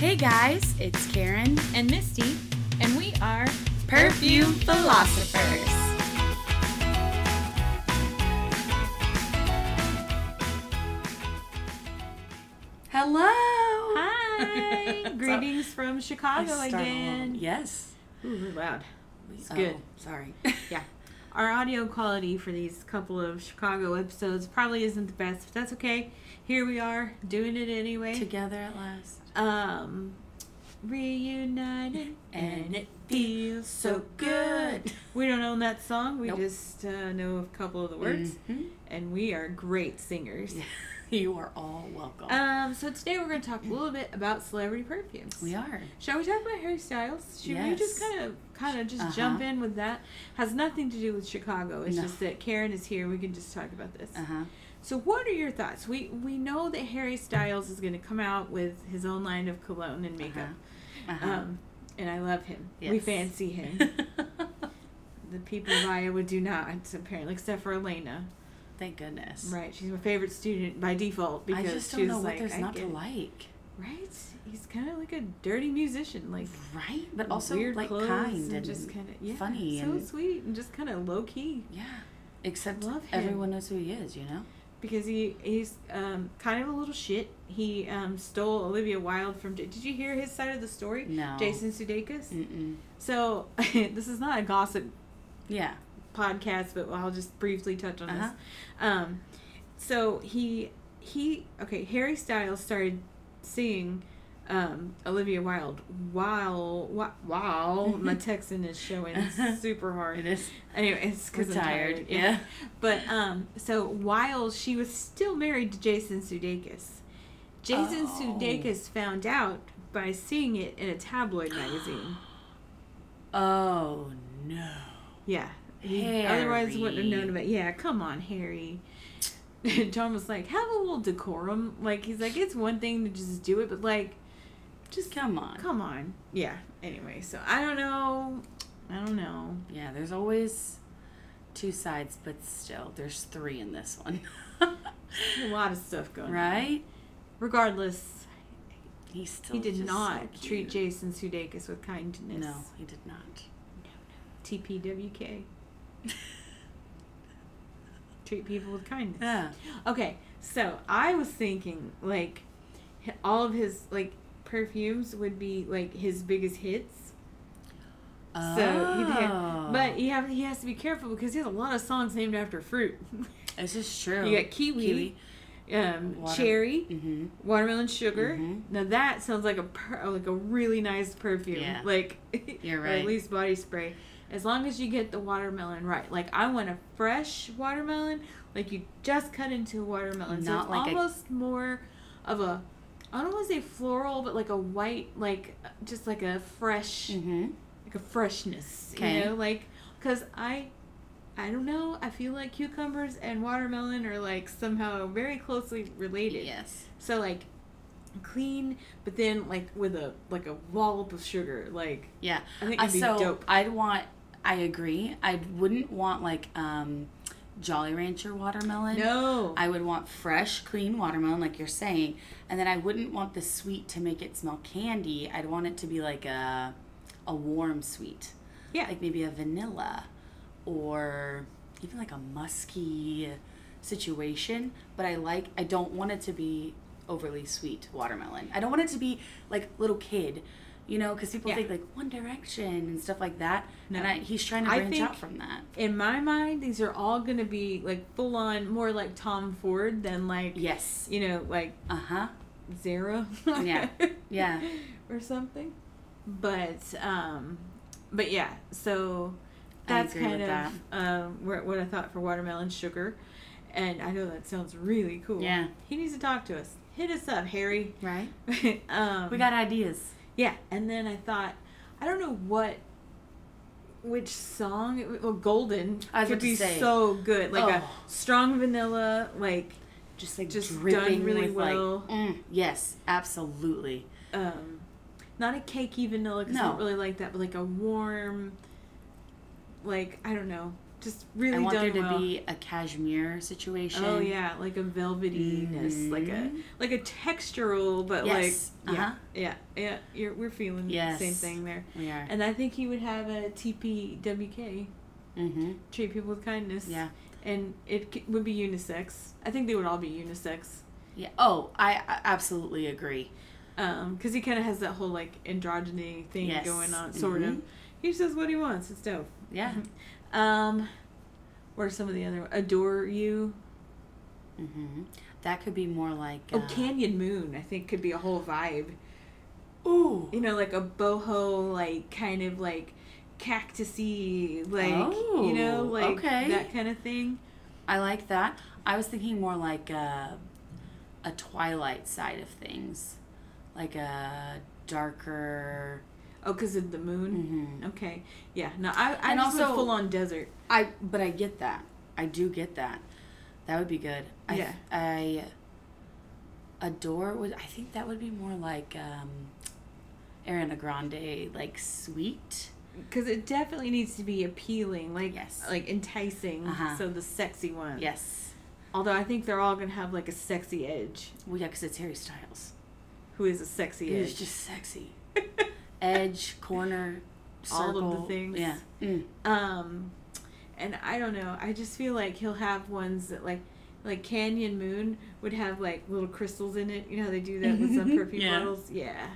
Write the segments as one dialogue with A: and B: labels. A: Hey guys, it's Karen,
B: and Misty, and we are
A: Perfume Philosophers. Hello.
B: Hi, greetings from Chicago again.
A: Yes.
B: Ooh, we're loud. It's
A: Oh,
B: good.
A: Sorry.
B: Yeah, our audio quality for these couple of Chicago episodes probably isn't the best, but that's okay. Here we are doing it anyway.
A: Together at last.
B: Um, reunited,
A: And
B: and it feels so good. We don't own that song. We
A: Nope.
B: just uh, know a couple of the words,
A: Mhm.
B: and we are great singers.
A: You are all welcome.
B: Um, so today we're going to talk a little bit about celebrity perfumes.
A: we are.
B: Shall we talk about Harry Styles? Should we just
A: Yes.
B: kind of kind of just
A: Uh-huh.
B: jump in with that? Has nothing to do with Chicago. It's
A: No.
B: just that Karen is here. We can just talk about this.
A: Uh huh.
B: So, what are your thoughts? We we know that Harry Styles is going to come out with his own line of cologne and makeup.
A: Uh-huh.
B: Um, and I love him. We
A: Yes.
B: fancy him. the people of Iowa do not apparently, except for Elena.
A: Thank goodness.
B: Right, she's my favorite student by default
A: I
B: because
A: just
B: she
A: don't
B: was
A: know what
B: like,
A: there's
B: I
A: not to
B: get it.
A: like.
B: Right? He's kind of like a dirty musician, like
A: Right? But also
B: weird
A: like
B: clothes
A: kind
B: and,
A: and
B: just kind of yeah,
A: funny
B: so
A: and-
B: sweet and just kind of low key
A: Yeah. Except
B: Love him.
A: everyone knows who he is, you know?
B: because he he's um, kind of a little shit. He um, stole Olivia Wilde from. Did you hear his side of the story?
A: No. Mm.
B: Jason Sudeikis.
A: Mm-mm.
B: So this is not a gossip
A: Yeah.
B: podcast, but I'll just briefly touch on
A: Uh-huh.
B: this. Um, so he he okay, Harry Styles started singing um, Olivia Wilde while while, while my Texan is showing super hard.
A: Uh-huh. It is.
B: Anyway, it's because
A: We're
B: I'm
A: tired.
B: tired.
A: Yeah.
B: But um, so while she was still married to Jason Sudeikis, Jason
A: Oh.
B: Sudeikis found out by seeing it in a tabloid magazine.
A: Oh no.
B: Yeah. He otherwise wouldn't have known
A: Harry.
B: about Yeah, come on, Harry. Tom was like, have a little decorum. Like, he's like, it's one thing to just do it, but like,
A: Just come on.
B: come on. Yeah. Anyway, so I don't know. I don't know.
A: Yeah, there's always two sides, but still, there's three in this one.
B: A lot of stuff going on.
A: right?
B: Regardless,
A: He still
B: he did
A: just so
B: not treat
A: cute.
B: Jason Sudeikis with kindness.
A: No, he did not.
B: TPWK. treat people with kindness.
A: Yeah.
B: Okay, so I was thinking like h- all of his like perfumes would be like his biggest hits. So he'd
A: Oh.
B: have, but he have he has to be careful because he has a lot of songs named after fruit.
A: this is true.
B: You got kiwi, um,
A: Water-
B: cherry,
A: Mm-hmm.
B: watermelon sugar.
A: Mhm.
B: Now that sounds like a per- like a really nice perfume.
A: Yeah.
B: Like
A: You're
B: or
A: right.
B: at least body spray. As long as you get the watermelon right. Like I want a fresh watermelon, like you just cut into a watermelon. so
A: Not
B: it's
A: like a-
B: almost more of a I don't want to say floral, but like a white, like just like a fresh,
A: Mm-hmm.
B: like a freshness.
A: Okay.
B: You know, like because I, I don't know. I feel like cucumbers and watermelon are like somehow very closely related.
A: Yes.
B: So like clean, but then like with a like a wallop of sugar. Like
A: Yeah.
B: I think
A: Uh,
B: it'd be
A: so
B: dope.
A: I'd want. I agree. I wouldn't want like um, Jolly Rancher watermelon.
B: No.
A: um, I would want fresh, clean watermelon, like you're saying, and then I wouldn't want the sweet to make it smell candy. I'd want it to be like a, a warm sweet,
B: yeah.
A: like maybe a vanilla, or even like a musky situation. But I like. I don't want it to be overly sweet watermelon. I don't want it to be like little kid, you know, because people
B: Yeah.
A: think like One Direction and stuff like that.
B: No.
A: And I, he's trying to
B: I
A: branch out
B: think-
A: from that.
B: in my mind, these are all gonna be like full on more like Tom Ford than like
A: Yes.
B: you know like
A: Uh huh.
B: Zara.
A: Yeah. Yeah.
B: or something. But um, but yeah. So
A: I
B: that's
A: agree
B: kind of
A: with that.
B: um where, what I thought for watermelon sugar. And I know that sounds really cool.
A: Yeah.
B: He needs to talk to us. Hit us up, Harry.
A: Right.
B: um,
A: We got ideas.
B: Yeah, and then I thought, I don't know what, which song. It, well, Golden
A: I was
B: could
A: about to
B: be
A: say.
B: so good, like a
A: Oh.
B: strong vanilla, like
A: just like
B: Just
A: dripping
B: done really
A: with, like,
B: well.
A: mm, yes, absolutely.
B: um, not a cakey vanilla because I
A: No.
B: don't really like that, but like a warm, like I don't know, just really
A: I want
B: done
A: there to
B: well.
A: be a cashmere situation.
B: Oh yeah, like a velvetyness, like a
A: Mhm.
B: like a textural, but
A: Yes,
B: like yeah,
A: uh-huh.
B: yeah, yeah. You're, we're feeling
A: Yes.
B: the same thing there.
A: We are.
B: And I think he would have a TPWK,
A: Mm-hmm.
B: treat people with kindness.
A: Yeah.
B: and it c- would be unisex. I think they would all be unisex.
A: Yeah. Oh, I, I absolutely agree.
B: Um, because he kind of has that whole like androgyny thing
A: Yes.
B: going on, sort of.
A: Mhm.
B: He says what he wants. It's dope.
A: Yeah.
B: Um, what are some of the other? Adore you.
A: Mm-hmm. That could be more like. uh,
B: Oh, Canyon Moon. I think could be a whole vibe.
A: Ooh.
B: you know, like a boho, like kind of like cactusy, like you know,
A: Oh,
B: like
A: okay.
B: that kind of thing.
A: I like that. I was thinking more like a, a twilight side of things, like a darker.
B: Oh, because of the moon.
A: Mm-hmm.
B: Okay, yeah. No, I I
A: And
B: just
A: also-
B: full on desert.
A: I but I get that. I do get that. That would be good. I,
B: Yeah.
A: I adore would. I think that would be more like um, Ariana Grande, like sweet.
B: Because it definitely needs to be appealing, like
A: Yes.
B: like enticing.
A: Uh-huh.
B: So the sexy one.
A: Yes.
B: Although I think they're all gonna have like a sexy edge.
A: Well, yeah, because it's Harry Styles.
B: Who is a sexy
A: He's
B: edge?
A: just sexy. Edge, corner,
B: All of
A: circle.
B: the things.
A: Yeah. Mm.
B: Um, and I don't know. I just feel like he'll have ones that like, like Canyon Moon would have like little crystals in it. You know how they do that with some perfume
A: Yeah.
B: bottles. Yeah,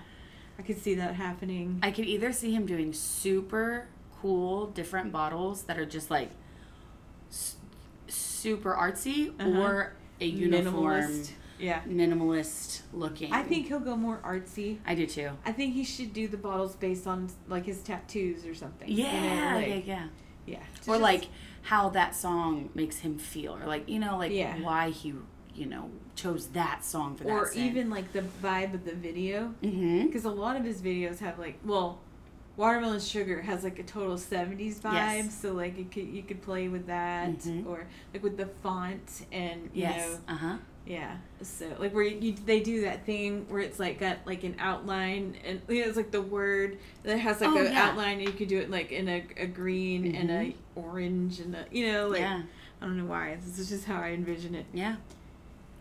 B: I could see that happening.
A: I could either see him doing super cool different bottles that are just like s- super artsy
B: Uh-huh.
A: or a uniform
B: Minimalist. Yeah,
A: minimalist, looking.
B: I think he'll go more artsy.
A: I do too.
B: I think he should do the bottles based on like his tattoos or something. you know,
A: Yeah,
B: like-
A: yeah, yeah.
B: yeah.
A: Or
B: Just-
A: like how that song makes him feel, or like you know, like
B: Yeah.
A: why he, you know, chose that song for that.
B: or even like the vibe of the video.
A: hmm
B: because a lot of his videos have like well watermelon sugar has like a total 70s vibe
A: Yes.
B: so like you could you could play with that
A: Mhm.
B: or like with the font and you
A: Yes.
B: know
A: Uh huh.
B: yeah so like where you, you they do that thing where it's like got like an outline and you know, it's like the word that has like
A: Oh,
B: an
A: yeah. Mm-hmm.
B: outline and you could do it like in a, a green and a orange and a you know like
A: yeah.
B: i don't know why this is just how i envision it
A: Yeah.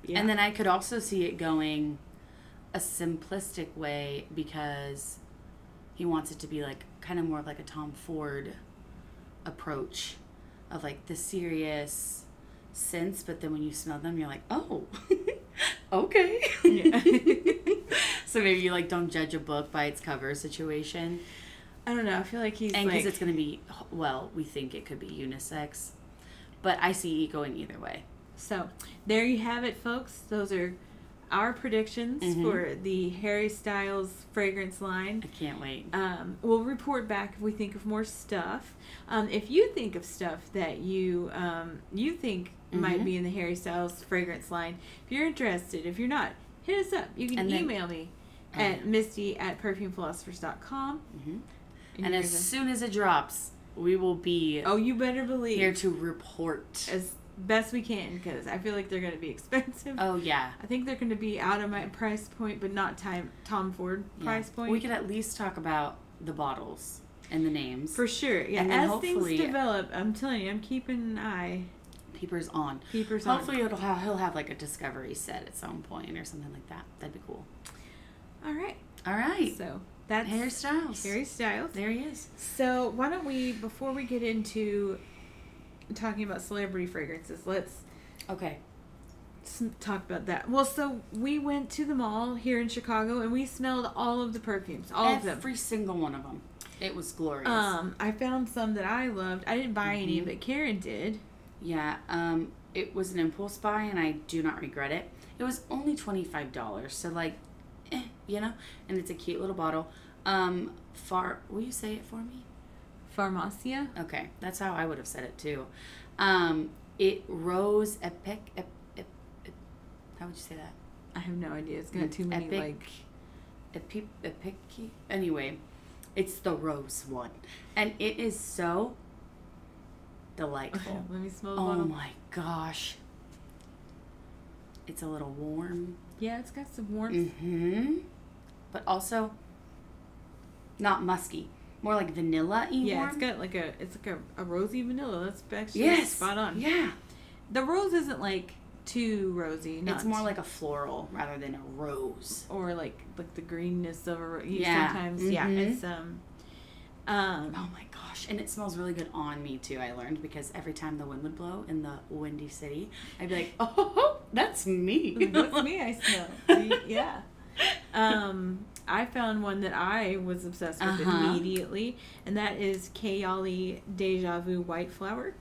B: yeah
A: And then I could also see it going a simplistic way because he wants it to be like kind of more of like a Tom Ford approach of like the serious scents, but then when you smell them, you're like, oh, okay.
B: Yeah.
A: so maybe you like don't judge a book by its cover situation.
B: i don't know i feel like he's
A: And
B: like
A: because it's going to be, well, we think it could be unisex, but I see it going either way.
B: So there you have it, folks. Those are our predictions
A: Mhm.
B: for the Harry Styles fragrance line.
A: I can't wait.
B: Um, we'll report back if we think of more stuff. Um, if you think of stuff that you um, you think might
A: Mhm.
B: be in the Harry Styles fragrance line, if you're interested, if you're not, hit us up. You can
A: And then-
B: email me
A: Oh,
B: at
A: yeah.
B: misty at perfumephilosophers.com.
A: hmm And as soon as it drops, we will be
B: oh, you better believe
A: here to report.
B: as best we can because I feel like they're going to be expensive.
A: Oh yeah.
B: I think they're going to be out of my price point, but not time Tom Ford
A: Yeah.
B: price point.
A: We could at least talk about the bottles and the names.
B: for sure. Yeah,
A: And then
B: as things
A: hopefully-
B: develop, I'm telling you, I'm keeping an eye,
A: Peepers on.
B: peepers
A: Hopefully it'll have, he'll have like a discovery set at some point or something like that. That'd be cool.
B: on. All right,
A: All right.
B: so that's
A: Harry
B: Harry,
A: Styles.
B: Styles.
A: There he is.
B: So why don't we, before we get into talking about celebrity fragrances, let's
A: Okay.
B: s- talk about that. Well, so we went to the mall here in Chicago and we smelled all of the perfumes, all of
A: Every
B: them.
A: single one of them. It was glorious.
B: Um, I found some that I loved. I didn't buy any,
A: Mhm.
B: but Karen did.
A: yeah. Um. It was an impulse buy, and I do not regret it. It was only twenty five dollars, so like, eh, you know. And it's a cute little bottle. Um. Far. Will you say it for me?
B: Farmacia.
A: Okay, that's how I would have said it too. Um, it rose epic, ep, ep, ep- How would you say that?
B: I have no idea. It's got too many
A: Epic.
B: like.
A: Epic, epic. Anyway, it's the rose one, and it is so
B: Okay,
A: delightful.
B: let me smell the
A: oh
B: bottle.
A: my gosh, it's a little warm.
B: Yeah, it's
A: Mm.
B: got some warmth.
A: Mm-hmm. But also, not musky. more like vanilla y
B: Yeah, it's got like a it's like a, a rosy vanilla. That's actually
A: yes.
B: spot on.
A: Yeah.
B: The rose isn't like too rosy. Not
A: It's more like a floral rather than a rose.
B: or like like the greenness of a rose.
A: Yeah.
B: Sometimes, yeah,
A: Mhm.
B: it's um, um,
A: Oh my gosh. And it smells really good on me too, I learned, because every time the wind would blow in the windy city, I'd be like, oh, that's me.
B: that's me. I smell. yeah. Um, I found one that I was obsessed with
A: Uh-huh.
B: immediately, and that is Kayali Deja Vu White Flower.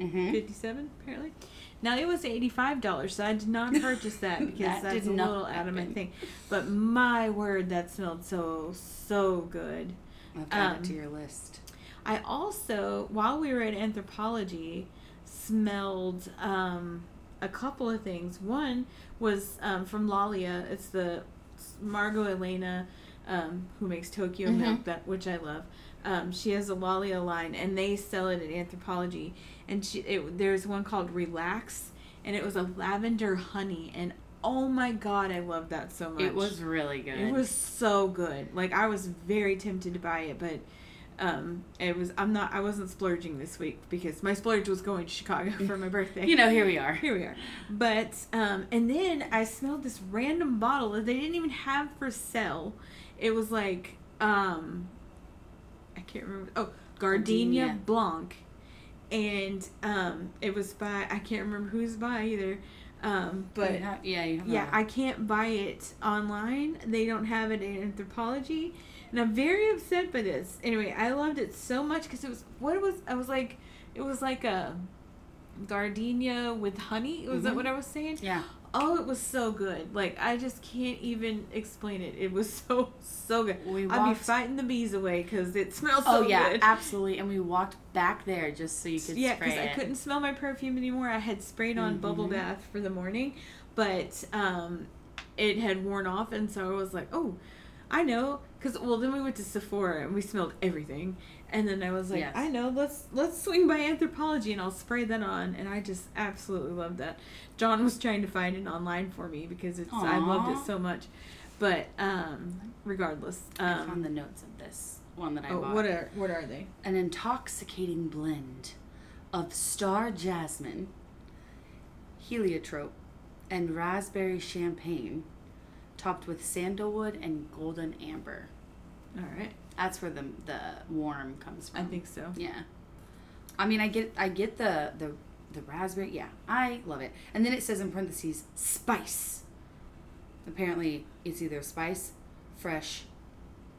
A: hmm
B: 57 apparently now it was $85 so i did not purchase that because
A: That
B: that's
A: did
B: a
A: not
B: little adamant
A: happen.
B: thing but my word that smelled so so good
A: I've got
B: Um,
A: it to your list.
B: i also while we were at anthropology smelled um, a couple of things one was um, from lalia it's the margot elena um, who makes tokyo
A: Mhm.
B: milk that which i love um, she has a Lalia line, and they sell it at Anthropology. And she, it, there's one called Relax, and it was a lavender honey, and oh my god, I love that so much.
A: It was really good.
B: it was so good. Like I was very tempted to buy it, but um, it was I'm not I wasn't splurging this week because my splurge was going to Chicago for my birthday.
A: You know, here we are.
B: Here we are. But um, and then I smelled this random bottle that they didn't even have for sale. It was like um, I can't remember. Oh, Gardenia,
A: Gardenia.
B: Blanc, and um, it was by I can't remember who's by either. Um, but
A: yeah, yeah, you have
B: yeah,
A: that.
B: I can't buy it online. They don't have it in Anthropology, and I'm very upset by this. Anyway, I loved it so much because it was what it was. I was like, it was like a gardenia with honey. Was that
A: Mhm.
B: what I was saying?
A: yeah.
B: Oh, it was so good. Like I just can't even explain it. It was so so good.
A: We
B: I'd be
A: walked-
B: fighting the bees away because it smells
A: Oh
B: so
A: yeah,
B: good.
A: absolutely. And we walked back there just so you could
B: yeah,
A: spray
B: because I
A: it.
B: couldn't smell my perfume anymore. I had sprayed on bubble
A: Mhm.
B: bath for the morning, but um, it had worn off, and so I was like, oh, I know, because well, then we went to Sephora and we smelled everything, and then I was like,
A: Yes.
B: I know, let's let's swing by Anthropology and I'll spray that on, and I just absolutely loved that. John was trying to find it online for me because it's I loved
A: Aw.
B: it so much, but um, regardless,
A: I found
B: um,
A: the notes of this one that I
B: oh,
A: bought.
B: what are what are they?
A: An intoxicating blend of star jasmine, heliotrope, and raspberry champagne, topped with sandalwood and golden amber.
B: All right,
A: That's where the the warm comes from.
B: I think so.
A: Yeah. I mean, I get I get the the the raspberry. Yeah, I love it. And then it says in parentheses spice. Apparently, it's either spice, fresh,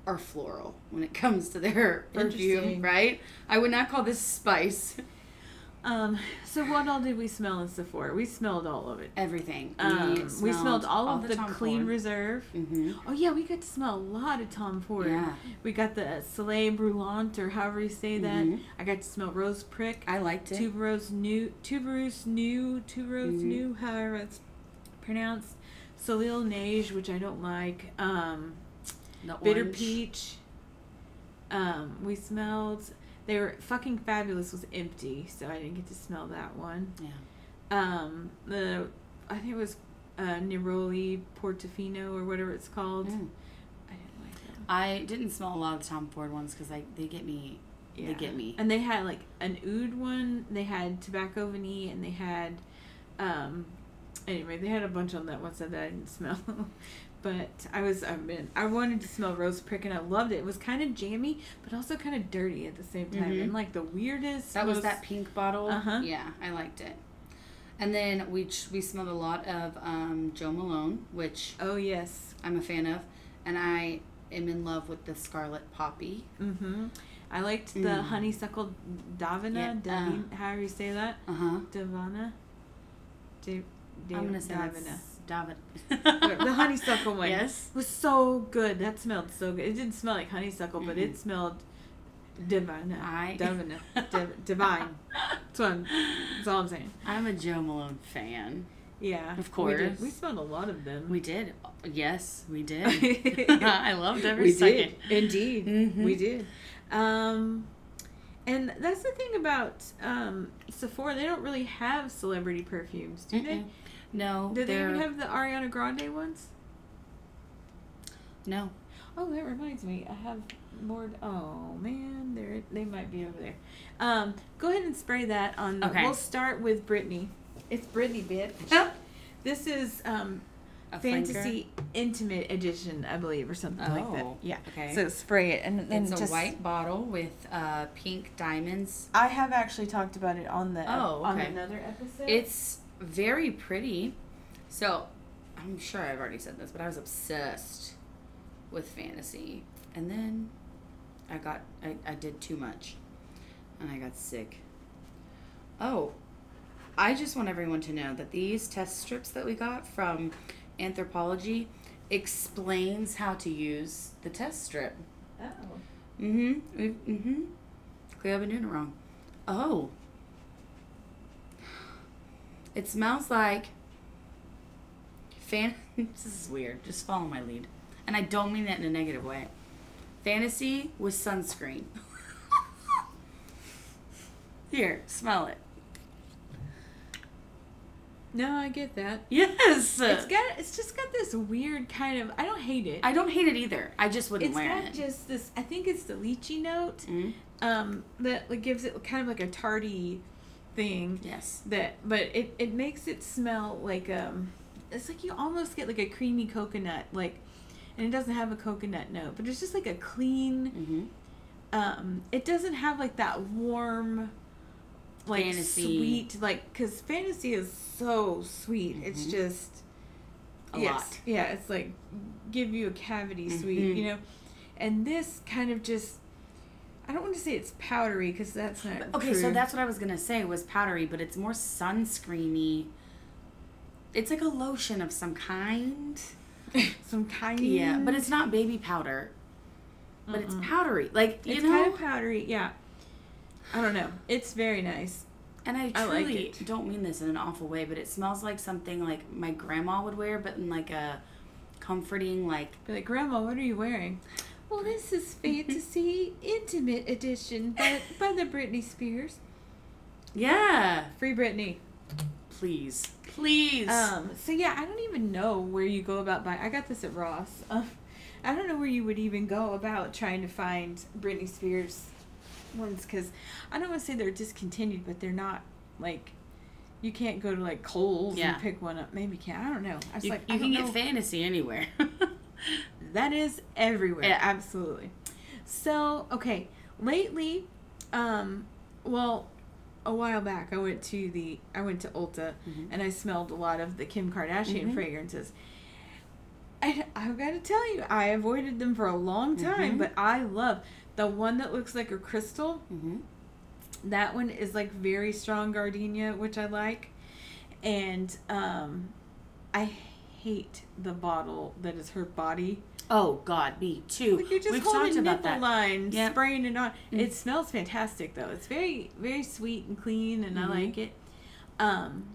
A: or floral when it comes to their
B: Interesting.
A: perfume, right? I would not call this spice.
B: Um, so what all did we smell in Sephora? We smelled all of it.
A: Everything.
B: Um, we smelled, all, of the, Clean Reserve.
A: Mm-hmm.
B: Oh yeah, we got to smell a lot of Tom Ford.
A: Yeah.
B: We got the Soleil Brûlante or however you say that.
A: Mhm.
B: I got to smell Rose Prick,
A: I liked it.
B: Tuberose New, Tuberose New, Tuberose
A: Mhm.
B: New, however it's pronounced. Soleil Neige, which I don't like. Um,
A: The
B: bitter
A: orange.
B: peach. Um, we smelled. They were fucking fabulous. Was empty, so I didn't get to smell that one.
A: Yeah.
B: Um, the I think it was uh, Neroli Portofino or whatever it's called.
A: Mm.
B: I didn't like that. one.
A: I didn't smell a lot of the Tom Ford ones because they get me.
B: Yeah.
A: They get me.
B: And they had like an oud one. They had tobacco vanille, and they had, um, anyway, they had a bunch on that one side that I didn't smell. but I was I mean, I wanted to smell rose prick, and I loved it. It was kind of jammy, but also kind of dirty at the same time,
A: Mhm.
B: and like the weirdest.
A: That was
B: most-
A: that pink bottle.
B: Uh-huh.
A: Yeah, I liked it. And then we ch- we smelled a lot of um, Joe Malone, which
B: Oh yes.
A: I'm a fan of, and I am in love with the Scarlet Poppy.
B: Mm-hmm. I liked the
A: Mm.
B: honeysuckle davina.
A: Yeah, uh.
B: Davin- however you say that.
A: Uh huh.
B: Davana. Da- da-
A: I'm gonna say
B: Davina.
A: that's Davin.
B: the honeysuckle one.
A: Yes.
B: was so good. That smelled so good. It didn't smell like honeysuckle, but it
A: Mhm.
B: smelled divine.
A: I-
B: divine. Div- divine. That's, what I'm, that's all I'm saying.
A: I'm a Joe Malone fan.
B: Yeah.
A: Of
B: We, did-
A: course.
B: we smelled a lot of them.
A: We did. Yes, we did. I loved every
B: We
A: second.
B: did. Indeed.
A: Mhm.
B: We did. Um, and that's the thing about um, Sephora. They don't really have celebrity perfumes, do they?
A: Mm-mm. No.
B: Do they
A: they're-
B: even have the Ariana Grande ones?
A: No.
B: Oh, that reminds me. I have more. Oh man, there they might be over there. Um, go ahead and spray that on. The,
A: Okay.
B: We'll start with Brittany. It's Brittany, bitch. this is um,
A: A flanker?
B: fantasy intimate edition, I believe, or something like that.
A: Oh,
B: Yeah.
A: okay.
B: So spray it, and then
A: it's
B: just.
A: a white bottle with uh, pink diamonds.
B: I have actually talked about it on the
A: Oh,
B: on
A: okay.
B: another episode.
A: It's very pretty. So, I'm sure I've already said this, but I was obsessed with fantasy. And then I got, I, I did too much. And I got sick. Oh, I just want everyone to know that these test strips that we got from Anthropology explains how to use the test strip.
B: oh.
A: Mm-hmm. We've, mm-hmm. Clearly I've been doing it wrong. Oh. It smells like fan this is weird. Just follow my lead. And I don't mean that in a negative way. Fantasy with sunscreen. Here, smell it.
B: No, I get that.
A: Yes.
B: It's got. It's just got this weird kind of. I don't hate it.
A: I don't hate it either. I just wouldn't
B: it's
A: wear
B: got
A: it.
B: just this. I think it's the lychee note.
A: Mm,
B: um, that like gives it kind of like a tardy thing
A: Yes.
B: that but it, it makes it smell like um it's like you almost get like a creamy coconut like and it doesn't have a coconut note but it's just like a clean
A: Mm-hmm.
B: um it doesn't have like that warm like
A: Fantasy.
B: sweet like because fantasy is so sweet it's
A: Mhm.
B: just
A: A
B: yes.
A: lot.
B: yeah it's like give you a cavity sweet
A: Mhm.
B: you know and this kind of just i don't want to say it's powdery because that's not
A: Okay, so
B: true.
A: that's what I was gonna say was powdery, but it's more sunscreeny. It's like a lotion of some kind.
B: some kind
A: Yeah, but it's not baby powder. But it's
B: Mm-mm.
A: powdery, like you
B: it's
A: know.
B: kind of powdery yeah i don't know it's very nice
A: and I
B: I like
A: truly
B: it.
A: don't mean this in an awful way, but it smells like something like my grandma would wear, but in like a comforting, like
B: Be like, Grandma, what are you wearing? Well, this is
A: Mm-hmm.
B: Fantasy Intimate Edition by, by the Britney Spears.
A: yeah.
B: Free Britney.
A: Please, please.
B: Um, so, yeah, I don't even know where you go about buying. I got this at Ross. Um, I don't know where you would even go about trying to find Britney Spears ones because I don't want to say they're discontinued, but they're not like. You can't go to like Kohl's
A: Yeah.
B: and pick one up. Maybe you can. I don't know. I was
A: you
B: like,
A: you
B: I
A: can
B: don't
A: get
B: know.
A: fantasy anywhere.
B: That is everywhere.
A: Yeah.
B: Absolutely. So, okay, lately, um, well, a while back, I went to the I went to Ulta
A: Mhm.
B: and I smelled a lot of the Kim Kardashian
A: Mhm.
B: fragrances. And I've got to tell you, I avoided them for a long time,
A: Mhm.
B: but I love the one that looks like a crystal.
A: hmm
B: That one is like very strong gardenia, which I like. And um, I hate the bottle that is her body.
A: Oh God, me too.
B: Like you're just
A: We've
B: holding
A: talked
B: nipple
A: about that.
B: line,
A: Yep.
B: spraying it on.
A: Mm.
B: It smells fantastic though. It's very, very sweet and clean, and
A: Mhm.
B: I like it. Um,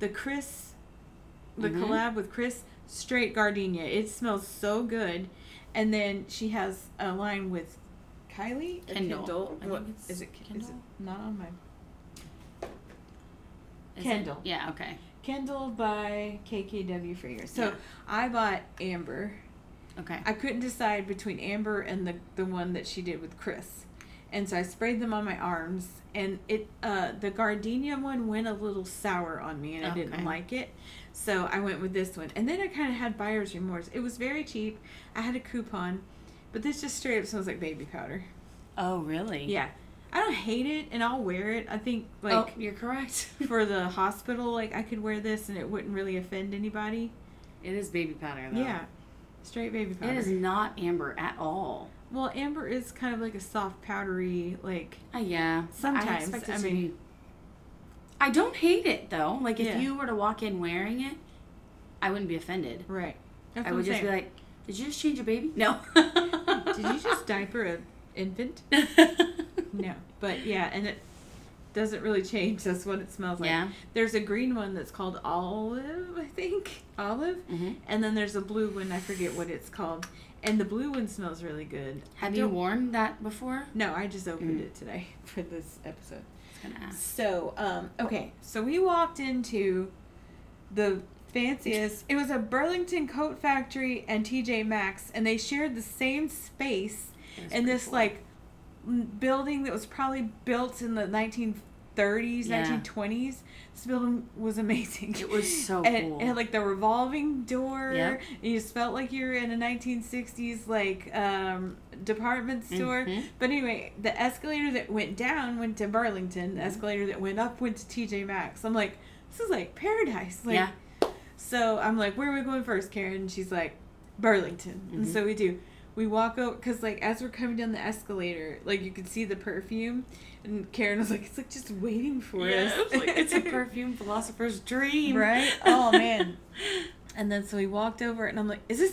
B: the Chris, the
A: Mhm.
B: collab with Chris, straight gardenia. It smells so good. And then she has a line with Kylie or
A: Kendall. I think
B: What-
A: it's
B: is it? Is it
A: Kendall?
B: not on my
A: Is it-
B: Kendall.
A: Yeah. Okay.
B: Kendall by KKW Fragrance? So
A: Yeah.
B: I bought Amber.
A: Okay.
B: I couldn't decide between Amber and the the one that she did with Chris. And so I sprayed them on my arms and it uh the gardenia one went a little sour on me and I
A: Okay.
B: didn't like it. So I went with this one. And then I kind of had buyer's remorse. It was very cheap. I had a coupon, but this just straight up smells like baby powder.
A: Oh, really?
B: Yeah. I don't hate it and I'll wear it. I think like
A: oh, you're correct.
B: for the hospital like I could wear this and it wouldn't really offend anybody.
A: it is baby powder, though.
B: Yeah. Straight baby powder.
A: It is not amber at all.
B: Well, amber is kind of like a soft, powdery, like
A: Uh, yeah. I,
B: Sometimes,
A: expect it
B: I
A: to
B: mean-
A: be- I don't hate it though. Like if
B: Yeah.
A: you were to walk in wearing it, I wouldn't be offended.
B: right.
A: I would just be like, "Did you just change your baby?" No.
B: did you just diaper a infant? No, but yeah, and it doesn't really change. That's what it smells like.
A: Yeah.
B: There's a green one that's called olive, I think, olive,
A: hmm
B: and then there's a blue one. I forget what it's called, and the blue one smells really good.
A: Have
B: I
A: you
B: don't-
A: worn that before?
B: No, I just opened
A: Mm.
B: it today for this episode.
A: I was gonna ask.
B: So, um, okay, so we walked into the fanciest. It was a Burlington coat factory and TJ Maxx, and they shared the same space
A: That's
B: in
A: pretty
B: this
A: cool.
B: like m- building that was probably built in the 1930s,
A: Yeah.
B: 1920s. This building was amazing.
A: It was so
B: and it-
A: cool.
B: It, had like the revolving door.
A: Yep.
B: And you just felt like you were in a 1960s like um, department store.
A: Mhm.
B: But anyway, the escalator that went down went to Burlington.
A: Mm-hmm.
B: The escalator that went up went to TJ Maxx. I'm like, this is like paradise. Like,
A: yeah.
B: so I'm like, where are we going first, Karen? And she's like, Burlington. And
A: Mhm.
B: so we do. We walk over because like as we're coming down the escalator, like you could see the perfume, and Karen was like, "It's like just waiting for
A: Yeah,
B: us."
A: it was like, it's a perfume philosopher's dream.
B: Right? Oh, man. And then so we walked over, and I'm like, "Is this,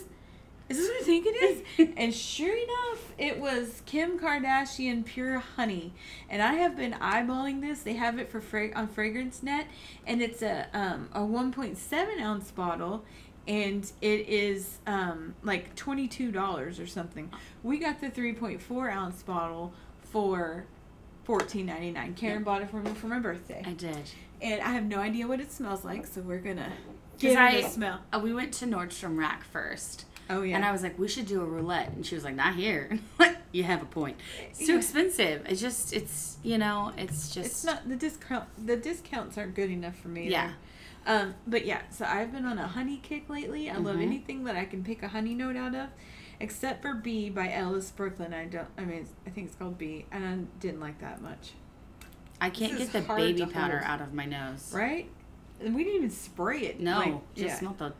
B: is this what I think it is?" and sure enough, it was Kim Kardashian Pure Honey, and I have been eyeballing this. They have it for fra- on Fragrance Net, and it's a um, a 1.7 ounce bottle. And it is um, like twenty two dollars or something. We got the three point four ounce bottle for fourteen ninety nine. Karen bought it for me for my birthday
A: I did.
B: and I have no idea what it smells like, so we're gonna give
A: Because
B: it
A: I-
B: a smell.
A: Uh, we went to Nordstrom Rack first.
B: Oh yeah,
A: And I was like, we should do a roulette. And she was like, not here. you have a point. It's too
B: Yeah.
A: expensive. It's just, it's, you know, it's just.
B: it's not the discount. The discounts aren't good enough for me.
A: Yeah.
B: either. Um, but yeah, so I've been on a honey kick lately. I love
A: Mhm.
B: anything that I can pick a honey note out of, except for "B" by Ellis Brooklyn. I don't. I mean, it's- I think it's called "B," and I didn't like that much.
A: I can't
B: this
A: get
B: is
A: the
B: hard
A: baby
B: to
A: powder
B: hold.
A: out of my nose.
B: Right? And we didn't even spray it.
A: No,
B: like,
A: just
B: yeah.
A: smell the,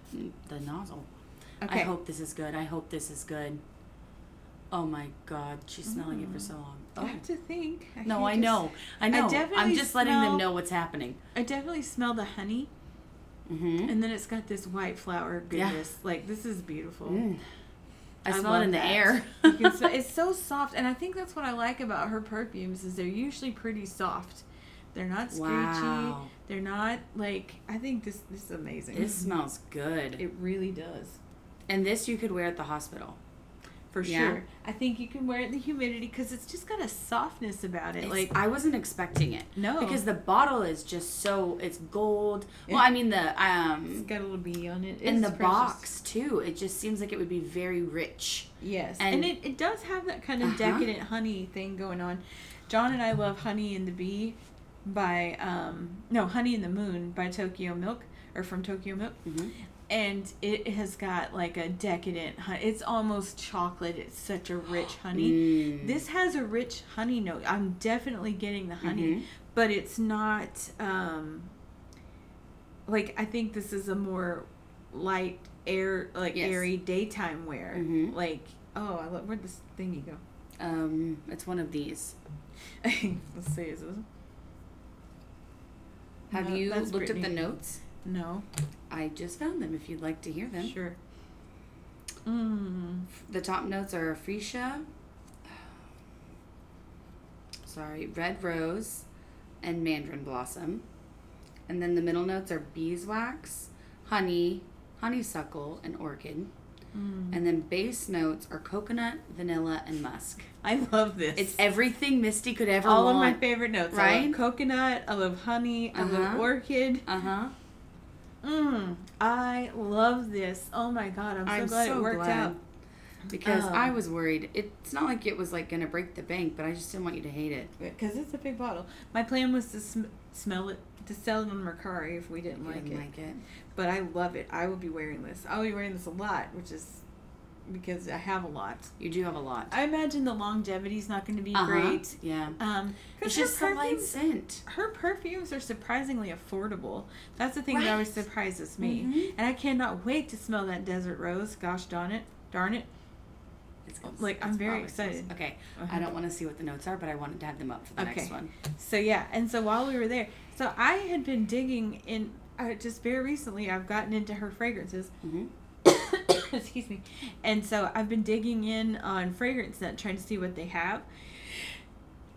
A: the nozzle.
B: Okay.
A: I hope this is good. I hope this is good. Oh my God, she's smelling it for so long.
B: Mm. I
A: Oh.
B: have to think. I
A: No,
B: can't
A: I
B: just-
A: know. I know. I'm
B: definitely
A: just letting them
B: smell-
A: know what's happening.
B: I definitely smell the honey.
A: Mm-hmm.
B: And then it's got this white flower
A: Yeah.
B: goodness. Like this is beautiful.
A: Mm. I,
B: I
A: smell it
B: love
A: in the
B: that.
A: air.
B: You can smell- it's so soft, and I think that's what I like about her perfumes is they're usually pretty soft. They're not screechy.
A: wow.
B: They're not like I think this this is amazing.
A: This smells good.
B: it really does.
A: and this you could wear at the hospital.
B: For
A: Yeah.
B: sure. I think you can wear it in the humidity because it's just got a softness about it.
A: It's-
B: like
A: I wasn't expecting it
B: no,
A: because the bottle is just so it's gold. Well, I mean the
B: it's
A: um
B: got a little bee on it.
A: in
B: It's
A: the
B: precious.
A: box too. It just seems like it would be very rich.
B: Yes,
A: And-
B: and, it, it does have that kind of
A: Uh-huh.
B: decadent honey thing going on. John and I love "Honey and the Bee" by um no "Honey and the Moon" by Tokyo Milk or from Tokyo Milk,
A: Mhm.
B: and it has got like a decadent. hon- It's almost chocolate. It's such a rich honey.
A: Mm.
B: This has a rich honey note. I'm definitely getting the honey,
A: Mhm.
B: but it's not um like I think this is a more light air like
A: Yes.
B: airy daytime wear.
A: Mhm.
B: Like oh, I love, where'd this thingy go?
A: Um, it's one of these.
B: Let's see, is this
A: Have
B: No,
A: you
B: that's
A: looked at
B: Brittany.
A: the notes?
B: no?
A: I just found them. If you'd like to hear them,
B: Sure. Mm.
A: the top notes are freesia. Sorry, red rose, and mandarin blossom, and then the middle notes are beeswax, honey, honeysuckle, and orchid.
B: Mm.
A: And then base notes are coconut, vanilla, and musk.
B: I love this.
A: It's everything Misty could ever
B: all of my
A: want.
B: favorite notes. I
A: right?
B: love coconut. I love honey. I love
A: Uh-huh.
B: orchid.
A: uh huh.
B: Mm. I love this. Oh my god, I'm so glad it worked out.
A: Because I
B: Um,
A: was worried. It's not like it was like gonna break the bank, but I just didn't want you to hate it.
B: Because it's a big bottle. My plan was to sm- smell it, to sell it on Mercari if we didn't
A: You
B: like
A: didn't
B: it.
A: like it.
B: But I love it. I will be wearing this. I'll be wearing this a lot, which is because I have a lot.
A: You do have a lot.
B: I imagine the longevity's not going to be
A: Uh-huh.
B: great.
A: Yeah.
B: Um, 'cause
A: It's
B: her
A: just a light
B: perfumes-
A: scent.
B: her perfumes are surprisingly affordable. That's the thing
A: Right.
B: that always surprises me.
A: Mhm.
B: And I cannot wait to smell that desert rose. Gosh darn it. Darn it.
A: It's good.
B: Like, I'm
A: It's
B: very
A: always nice.
B: excited.
A: Okay. I
B: Uh-huh.
A: don't want to see what the notes are, but I wanted to have them up for the next
B: Okay.
A: one.
B: So yeah, and so while we were there, so I had been digging in uh, just very recently I've gotten into her fragrances.
A: Mm-hmm.
B: Excuse me. And so I've been digging in on fragrance net trying to see what they have.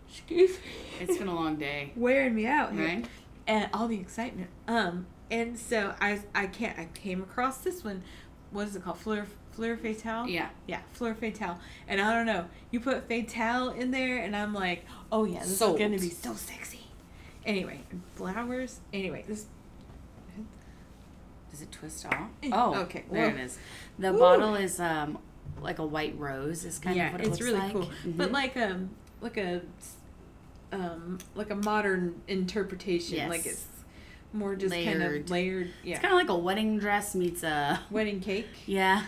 B: Excuse me.
A: It's been a long day,
B: wearing me out here.
A: right?
B: and all the excitement. Um, and so I I can't I came across this one. What is it called? Fleur Fleur Fatale.
A: Yeah.
B: yeah, Fleur Fatale. And I don't know. You put Fatale in there, and I'm like, oh yeah, this
A: Sold.
B: is gonna be so sexy. Anyway, flowers. Anyway, this.
A: Does it twist off? Oh,
B: Eh, Okay,
A: There
B: whoa.
A: it is. The
B: Woo.
A: bottle is um like a white rose. Is kind
B: yeah,
A: of what it
B: it's
A: looks
B: really
A: like.
B: cool. But
A: Mhm.
B: like um like a um like a modern interpretation. Like
A: Yes.
B: it's more just kind of
A: Layered.
B: layered. Yeah.
A: it's kind of like a wedding dress meets a
B: Wedding cake.
A: yeah.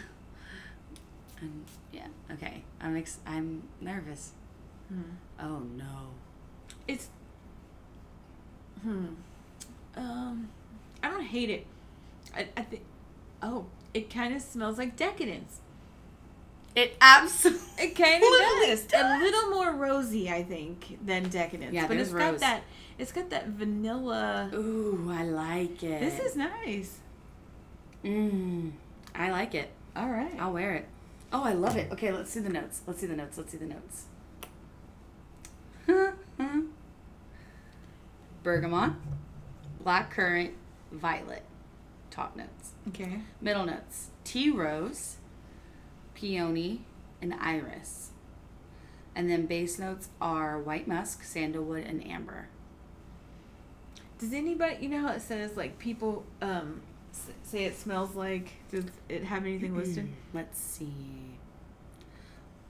A: And yeah, okay. I'm ex- I'm nervous.
B: Hmm.
A: Oh no.
B: It's hmm. Um, I don't hate it. I, I think. Oh, it kind of smells like decadence.
A: It absolutely.
B: It kind of
A: Literally
B: does. A
A: does.
B: little more rosy, I think, than decadence.
A: Yeah,
B: but
A: there's
B: it's got
A: rose.
B: that. It's got that vanilla.
A: Ooh, I like it.
B: This is nice.
A: Mmm. I like it.
B: All right.
A: I'll wear it. Oh, I love it. Okay, let's see the notes. Let's see the notes. Let's see the notes. Bergamot, black currant, violet. Top notes.
B: Okay.
A: Middle notes: tea rose, peony, and iris. And then base notes are white musk, sandalwood, and amber.
B: Does anybody? You know how it says like people um s- say it smells like. Does it have anything listed?
A: Let's see.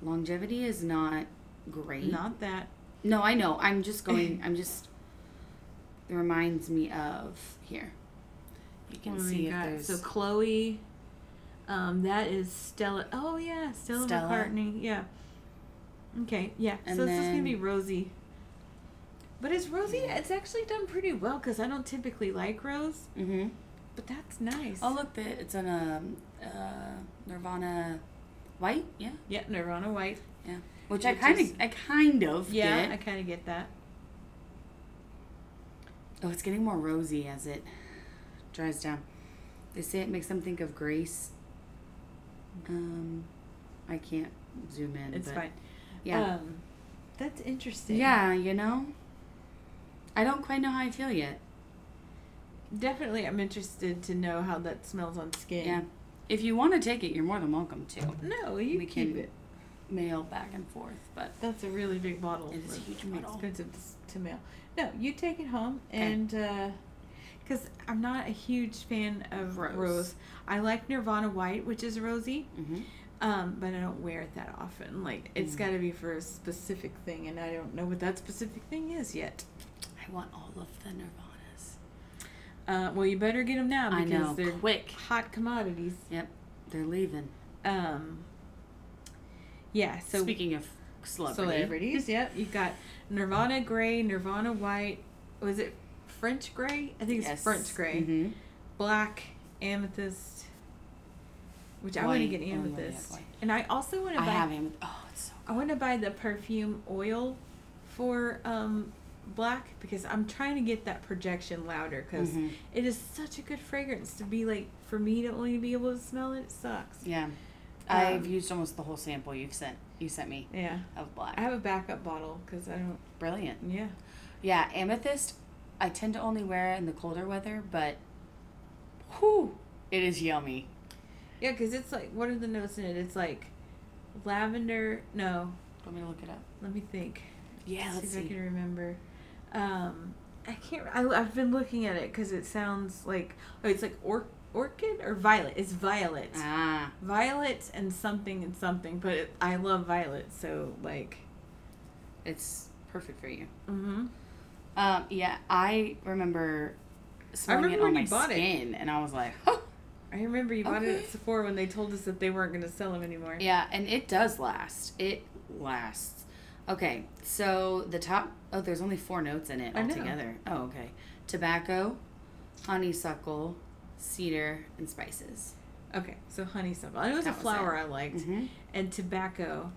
A: Longevity is not great.
B: Not that.
A: No, I know. I'm just going. I'm just. It reminds me of here. You can
B: What do we
A: see if
B: got?
A: there's.
B: Oh So Chloe, um, that is Stella. Oh yeah, Stella,
A: Stella.
B: McCartney. Yeah. Okay. Yeah.
A: And
B: so it's just gonna be
A: then-
B: Rosie. But it's Rosie. It's actually done pretty well because I don't typically like Rose,
A: hmm
B: but that's nice.
A: Oh look, the- it's on a uh, Nirvana white. Yeah,
B: yeah, Nirvana White.
A: yeah. Which I
B: Which
A: kind
B: is-
A: of, I kind of
B: Yeah, I
A: get.
B: kind of get that.
A: Oh, it's getting more rosy as it dries down. They say it makes them think of Grace. Um, I can't zoom in.
B: It's
A: but
B: fine.
A: Yeah.
B: Um, that's interesting.
A: yeah, you know. I don't quite know how I feel yet.
B: Definitely, I'm interested to know how that smells on skin.
A: Yeah. If you want to take it, you're more than welcome to.
B: No, you
A: We
B: keep
A: can-
B: it.
A: Mail back and forth, but
B: That's a really big bottle.
A: It is a huge bottle.
B: Expensive to, s- to mail. No, you take it home
A: 'Kay.
B: and because I'm not a huge fan of rose.
A: Rose.
B: I like Nirvana White, which is rosy,
A: mm-hmm.
B: um, but I don't wear it that often. Like it's
A: Mm.
B: got to be for a specific thing, and I don't know what that specific thing is yet.
A: I want all of the Nirvanas.
B: Uh, well, you better get them now
A: I
B: because
A: know.
B: they're
A: Quick,
B: hot commodities.
A: they're leaving.
B: Um, yeah. So
A: Speaking of celebrity,
B: celebrities. Yep, you've got Nirvana Gray, Nirvana White. Was it French Gray? I think it's
A: Yes.
B: French Gray.
A: Mhm.
B: Black Amethyst. Which I want to
A: White.
B: get
A: Oh, yeah, yeah,
B: amethyst,
A: white.
B: and I also want to
A: I have
B: buy.
A: him. Oh, it's so.
B: I want to buy the perfume oil for um, black because I'm trying to get that projection louder because
A: Mhm.
B: it is such a good fragrance to be like for me to only be able to smell it. It sucks.
A: Yeah, I've used almost the whole sample you've sent. You sent me
B: Yeah,
A: of black.
B: I have a backup bottle because I don't.
A: Brilliant.
B: Yeah.
A: Yeah, amethyst. I tend to only wear it in the colder weather, but, whew, it is yummy.
B: Yeah, because it's like, what are the notes in it? It's like lavender. No,
A: Want me to look it up?
B: let me think.
A: Yeah, let's
B: see if I
A: see.
B: can remember. Um, I can't. I, I've been looking at it because it sounds like. Oh, it's like or, orchid or violet. It's violet.
A: Ah,
B: Violet and something and something. But it, I love violet, so like.
A: it's perfect for you.
B: Mm-hmm.
A: Um, yeah, I remember smelling
B: remember
A: it on
B: when
A: my
B: you bought it.
A: skin, and I was like, oh.
B: I remember you bought it
A: Okay.
B: at Sephora when they told us that they weren't going to sell them anymore.
A: yeah, and it does last. It lasts. Okay, so the top. Oh, there's only four notes in it
B: I know.
A: altogether. Oh, okay. Tobacco, honeysuckle, cedar, and spices.
B: Okay, so honeysuckle. I know it's a
A: That was it.
B: flower I liked,
A: Mhm.
B: and tobacco.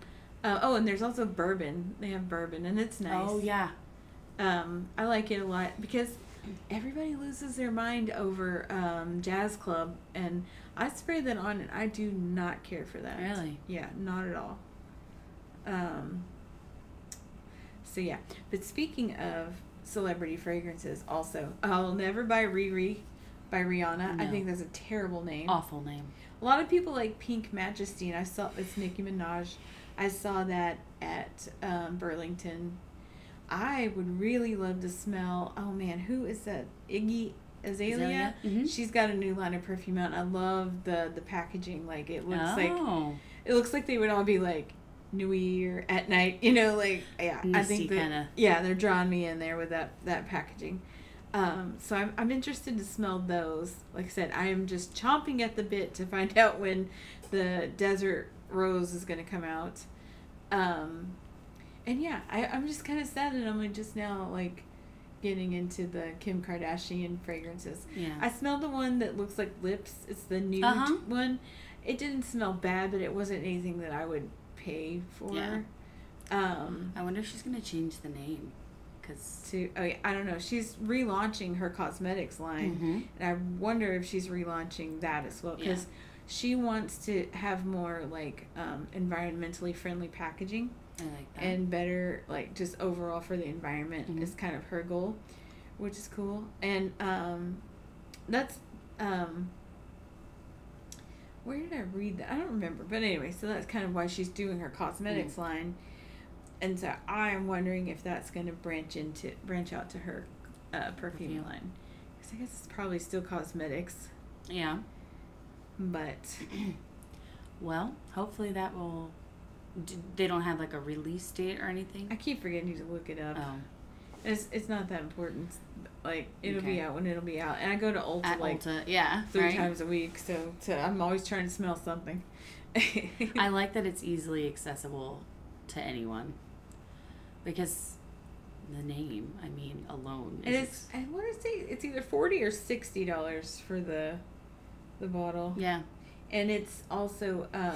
B: Uh, oh, and there's also bourbon. They have bourbon, and it's nice.
A: Oh yeah.
B: um, I like it a lot because everybody loses their mind over um, jazz club, and I spray that on, and I do not care for that.
A: Really?
B: Yeah, not at all. Um, so yeah, but speaking of celebrity fragrances, also I'll never buy Riri by Rihanna. I
A: No.
B: think that's a terrible name.
A: Awful name.
B: A lot of people like Pink Majesty, and I saw it's Nicki Minaj. I saw that at um, Burlington. I would really love to smell. Oh man, who is that? Iggy Azalea.
A: Azalea? Mhm.
B: She's got a new line of perfume out. and I love the the packaging. Like it looks like
A: oh,
B: it looks like they would all be like Nui or at night. You know, like yeah. I
A: Misty
B: think that,
A: kinda.
B: yeah, they're drawing me in there with that that packaging. Um, so I'm I'm interested to smell those. Like I said, I am just chomping at the bit to find out when the desert rose is gonna come out. Um, and yeah, I, I'm just kind of sad that I'm like just now like getting into the Kim Kardashian fragrances.
A: yeah.
B: I smelled the one that looks like lips. It's the nude
A: Uh-huh.
B: one. It didn't smell bad, but it wasn't anything that I would pay for.
A: Yeah.
B: Um,
A: I, wonder if she's gonna change the name, because
B: to oh yeah, I don't know. She's relaunching her cosmetics line,
A: Mm-hmm.
B: and I wonder if she's relaunching that as well because she wants to have more like um, environmentally friendly packaging
A: I like that.
B: and better like just overall for the environment
A: Mhm.
B: is kind of her goal, which is cool. And um, that's um, where did I read that? I don't remember, but anyway, so that's kind of why she's doing her cosmetics line. And so I am wondering if that's going to branch into branch out to her uh, perfume
A: Perfume.
B: line, because I guess it's probably still cosmetics,
A: yeah.
B: but
A: Well, hopefully that will. D- they don't have like a release date or anything.
B: I uh, keep forgetting to look it up.
A: Oh,
B: It's it's not that important. Like it'll
A: Okay.
B: be out when it'll be out, and I go to Ulta
A: at
B: like
A: Ulta, yeah,
B: three
A: right?
B: times a week, so to, I'm always trying to smell something.
A: I like that it's easily accessible to anyone, because the name, I mean, alone
B: and
A: is.
B: it's I want to say it's either forty or sixty dollars for the the bottle,
A: yeah,
B: and it's also um,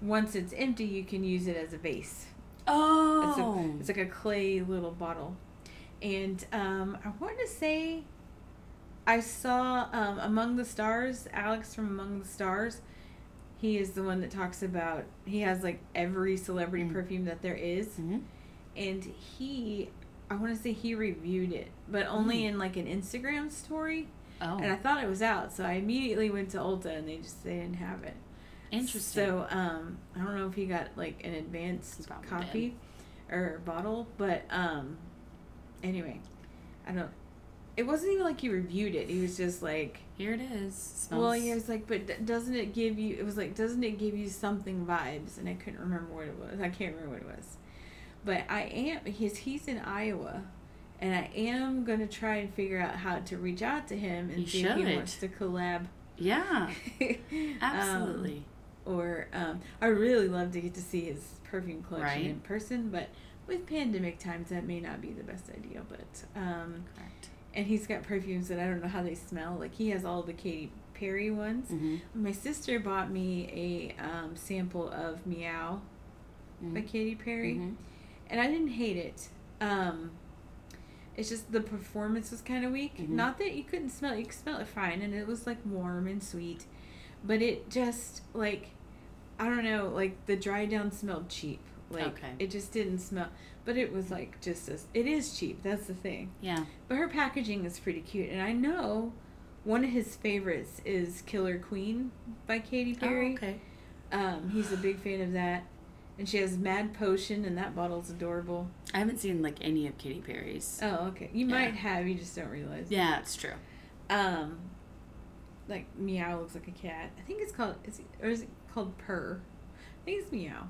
B: once it's empty, you can use it as a vase. It's, a-
A: Oh,
B: it's like a clay little bottle. And um, I want to say I saw um, Among the Stars, Alex from Among the Stars. He is the one that talks about, he has like every celebrity
A: Mm.
B: perfume that there is.
A: Mhm.
B: And he, I want to say he reviewed it, but only
A: Mm.
B: in like an Instagram story.
A: oh,
B: And I thought it was out, so I immediately went to Ulta and they just they didn't have it.
A: interesting.
B: So um, I don't know if he got like an
A: He
B: advanced
A: probably
B: copy or bottle, but um, anyway, I don't. It wasn't even like he reviewed it. He was just like,
A: Here it is. Smells.
B: well, he was like, but d- doesn't it give you? It was like, doesn't it give you something vibes? And I couldn't remember what it was. I can't remember what it was, but I am. His he's in Iowa, and I am gonna try and figure out how to reach out to him and
A: You
B: see if
A: should.
B: he wants to collab.
A: Yeah,
B: Um,
A: absolutely.
B: or um, I really love to get to see his perfume collection
A: Right.
B: in person, but with pandemic times, that may not be the best idea. But um,
A: Correct.
B: and he's got perfumes that I don't know how they smell. Like he has all the Katy Perry ones.
A: Mm. Mm-hmm.
B: My sister bought me a um, sample of Meow
A: Mm-hmm.
B: by Katy Perry,
A: Mhm.
B: and I didn't hate it. Um, it's just the performance was kind of weak.
A: Mhm.
B: Not that you couldn't smell it, you could smell it fine, and it was like warm and sweet, but it just like I don't know, like the dry down smelled cheap. Like
A: Okay.
B: it just didn't smell, but it was like just as it is cheap. That's the thing.
A: Yeah.
B: But her packaging is pretty cute, and I know one of his favorites is Killer Queen by Katy Perry.
A: Oh, okay.
B: Um, he's a big fan of that. And she has Mad Potion, and that bottle's adorable.
A: I haven't seen like any of Katy Perry's.
B: Oh, okay. You
A: Yeah.
B: might have, you just don't realize.
A: Yeah, it's true.
B: Um, like Meow looks like a cat. I think it's called, is it, or is it called Purr? I think it's Meow.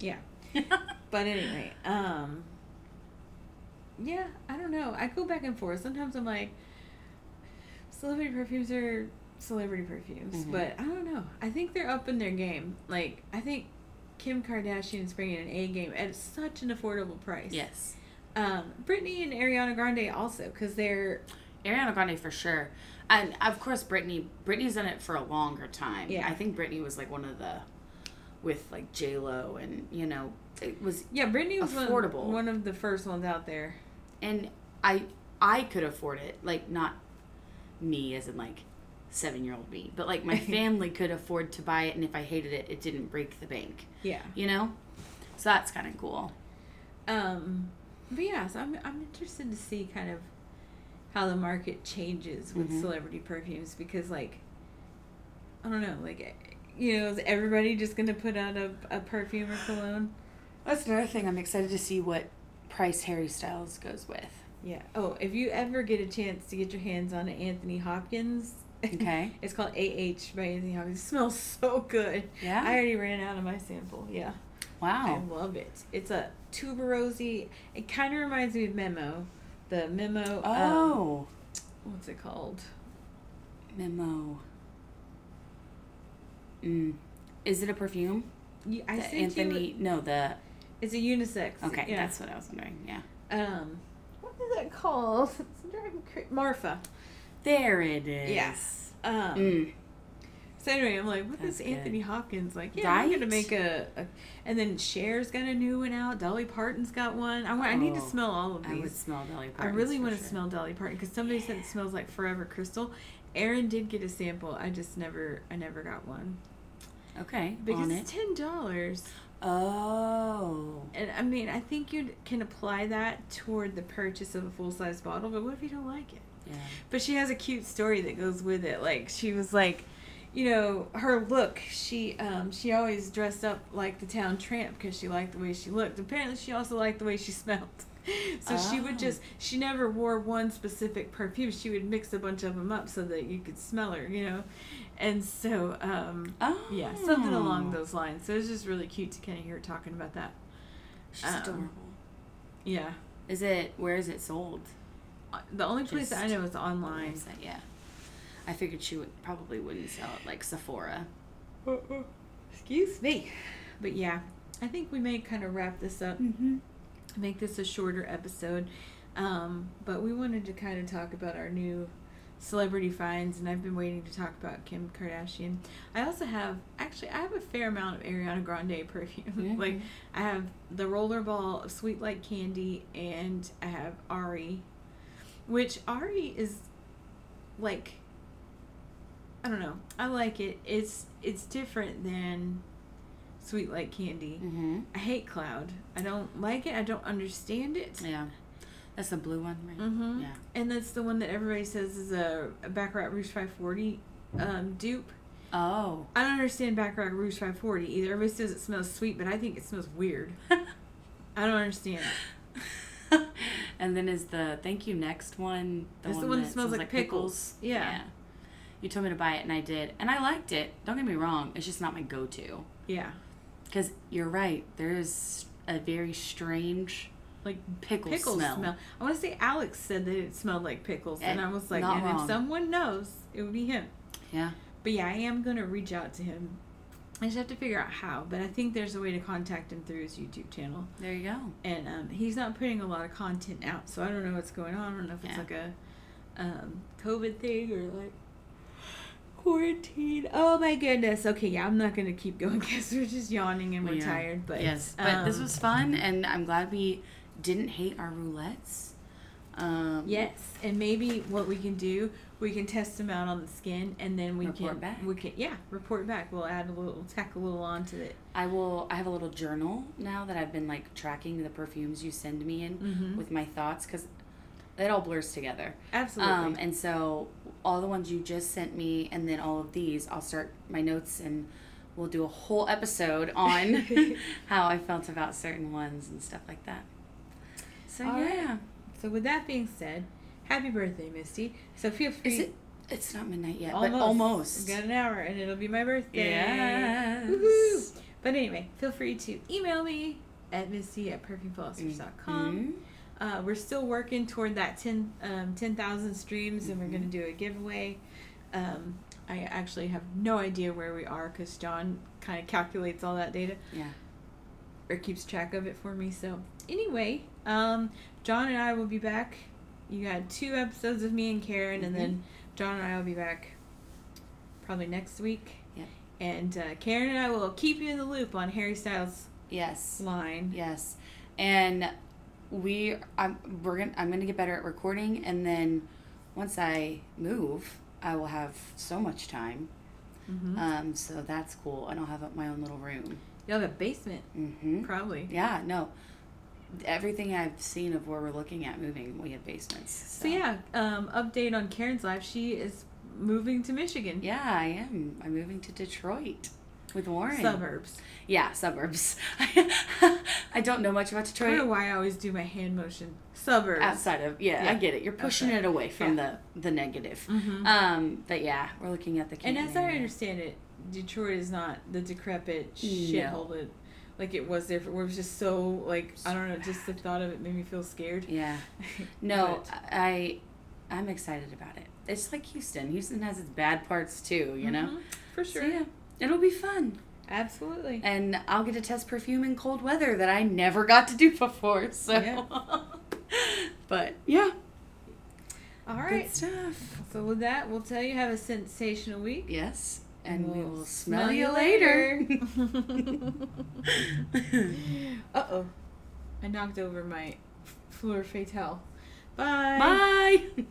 B: Yeah. But anyway, um, yeah, I don't know. I go back and forth. Sometimes I'm like, celebrity perfumes are celebrity perfumes,
A: Mhm.
B: but I don't know. I think they're up in their game. Like, I think Kim Kardashian's bringing an A game at such an affordable price.
A: yes.
B: Um, Britney and Ariana Grande also, because they're
A: Ariana Grande for sure. And of course Britney Britney's done it for a longer time.
B: Yeah.
A: I think Britney was like one of the with like J Lo and you know, it was
B: yeah, Britney was one-
A: Affordable.
B: One, of the first ones out there.
A: and I I could afford it. Like not me as in like seven year old me, but like my family could afford to buy it and if I hated it it didn't break the bank.
B: Yeah.
A: You know? So that's kinda cool.
B: Um, but yeah, so I'm I'm interested to see kind of how the market changes with
A: Mhm.
B: celebrity perfumes because like I don't know, like you know, is everybody just gonna put out a, a perfume or cologne?
A: That's another thing I'm excited to see what price Harry Styles goes with.
B: Yeah. Oh, if you ever get a chance to get your hands on an Anthony Hopkins,
A: Okay.
B: it's called AH by Anthony Hopkins. It smells so good.
A: Yeah?
B: I already ran out of my sample. Yeah.
A: Wow.
B: I love um, it. It's a tuberosy. It kind of reminds me of Memo. The Memo. Um,
A: Oh.
B: what's it called?
A: Memo. Mm. Is it a perfume?
B: You- I
A: The
B: sent
A: Anthony.
B: you.
A: No, the.
B: It's a unisex.
A: Okay,
B: Yeah.
A: that's what I was wondering. Yeah.
B: Um, what is that called? It's driving cra- Marfa.
A: There it is.
B: Yes. Um,
A: Mm.
B: So anyway, I'm like, what
A: That's
B: is
A: good.
B: Anthony Hopkins like? Yeah, I'm gonna
A: Right?
B: make a, a, and then Cher's got a new one out. Dolly Parton's got one. I want. I need to
A: Oh,
B: smell all of
A: I would
B: Um, these.
A: smell Dolly
B: I,
A: Parton.
B: really
A: for
B: want to
A: sure.
B: smell Dolly Parton because somebody said
A: Yeah.
B: it smells like Forever Crystal. Aaron did get a sample. I just never, I never got one
A: Okay.
B: because
A: on
B: it's
A: it.
B: ten dollars.
A: Oh.
B: And I mean, I think you can apply that toward the purchase of a full size bottle. But what if you don't like it?
A: Yeah.
B: But she has a cute story that goes with it. Like she was like, you know, her look. She um she always dressed up like the town tramp because she liked the way she looked. Apparently, she also liked the way she smelled. So she
A: Oh.
B: would just she never wore one specific perfume. She would mix a bunch of them up so that you could smell her, you know. And so um
A: Oh.
B: yeah, something along those lines. So it's just really cute to kind of hear her talking about that.
A: She's
B: um,
A: adorable.
B: Yeah.
A: Is it? Where is it sold?
B: Uh, The only place that I
A: Just
B: know is online.
A: Website, Yeah. I figured she would probably wouldn't sell it like Sephora.
B: Excuse me. But yeah, I think we may kind of wrap this up,
A: Mm-hmm.
B: make this a shorter episode. Um, but we wanted to kind of talk about our new celebrity finds, and I've been waiting to talk about Kim Kardashian. I also have, actually, I have a fair amount of Ariana Grande perfume.
A: Mhm.
B: like, I have the rollerball of Sweet Like Candy, and I have Ari, which Ari is like I don't know. I like it. It's it's different than Sweet Like Candy.
A: Mm-hmm.
B: I hate Cloud. I don't like it. I don't understand it.
A: Yeah. That's the blue one, right?
B: Mm-hmm.
A: Yeah.
B: And that's the one that everybody says is a, a Baccarat Rouge 540 um, dupe.
A: Oh.
B: I don't understand Baccarat Rouge 540 either. Everybody says it smells sweet, but I think it smells weird. I don't understand. it.
A: and then is the thank you next one
B: It's the one that smells like pickles. Yeah.
A: You told me to buy it and I did. And I liked it. Don't get me wrong. It's just not my go to.
B: Yeah.
A: Because you're right. There is a very strange
B: Like
A: pickle,
B: pickle smell.
A: smell.
B: I want to say Alex said that it smelled like pickles, and
A: Eh,
B: I was like,
A: not
B: and if
A: wrong.
B: someone knows, it would be him.
A: Yeah.
B: But yeah, I am gonna reach out to him. I just have to figure out how, but I think there's a way to contact him through his YouTube channel.
A: There you go.
B: And um, he's not putting a lot of content out, so I don't know what's going on. I don't know if it's
A: Yeah.
B: like a um, COVID thing or like quarantine. Oh my goodness. Okay, yeah, I'm not gonna keep going because we're just yawning and we're
A: Yeah.
B: tired. But
A: yes. But this
B: um,
A: was fun. And I'm glad we didn't hate our roulettes. Um,
B: Yes, and maybe what we can do, we can test them out on the skin, and then we
A: Report
B: can
A: back.
B: we can yeah report back. We'll add a little tack a little onto it.
A: I will. I have a little journal now that I've been like tracking the perfumes you send me in
B: Mhm.
A: with my thoughts because it all blurs together.
B: Absolutely.
A: Um, and so all the ones you just sent me, and then all of these, I'll start my notes and we'll do a whole episode on how I felt about certain ones and stuff like that. So
B: All right.
A: yeah,
B: so with that being said, happy birthday, Misty. So feel free.
A: is it? It's not midnight yet, but almost.
B: We've Got an hour, and it'll be my birthday.
A: Yes.
B: Woohoo. But anyway, feel free to email me at misty at perfumephilosophers.com.
A: Mhm.
B: Uh, we're still working toward that 10 um, 10,000 streams, and we're
A: Mm-hmm.
B: going to do a giveaway. Um, I actually have no idea where we are because John kind of calculates all that data
A: Yeah.
B: or keeps track of it for me. So, anyway, um, John and I will be back. You had two episodes of me and Karen, and
A: Mhm.
B: then John and I will be back probably next week.
A: Yep.
B: And uh, Karen and I will keep you in the loop on Harry Styles'
A: Yes.
B: line.
A: Yes, and we I'm we're gonna I'm gonna get better at recording, and then once I move, I will have so much time.
B: Mhm.
A: Um, so that's cool, and I'll have my own little room.
B: You'll have a basement,
A: Mm-hmm.
B: probably.
A: Yeah, no, everything I've seen of where we're looking at moving, we have basements. So,
B: So yeah, um, update on Karen's life. She is moving to Michigan
A: yeah, I am. I'm moving to Detroit with Warren.
B: suburbs.
A: Yeah, suburbs. I don't know much about
B: I don't know
A: Detroit.
B: why I always do my hand motion. suburbs.
A: outside of yeah,
B: Yeah.
A: I get it. You're pushing
B: Outside.
A: it away from the the negative.
B: Mhm.
A: Um, but yeah, we're looking at the
B: And as I
A: Canadian-
B: understand it, Detroit is not the decrepit
A: No.
B: shithole that like it was there for where it was just so like I don't know, just the thought of it made me feel scared.
A: Yeah. No,
B: But-
A: I I'm excited about it. It's like Houston. Houston has its bad parts too, you know.
B: Mhm. For
A: So
B: sure.
A: yeah, it'll be fun.
B: Absolutely.
A: And I'll get to test perfume in cold weather that I never got to do before. So
B: Yeah.
A: But yeah,
B: All
A: good
B: right.
A: stuff.
B: So with that, we'll tell you have a sensational week.
A: Yes, and we'll we will smell, you later.
B: uh oh. I knocked over my fleur fatale. Bye.
A: Bye.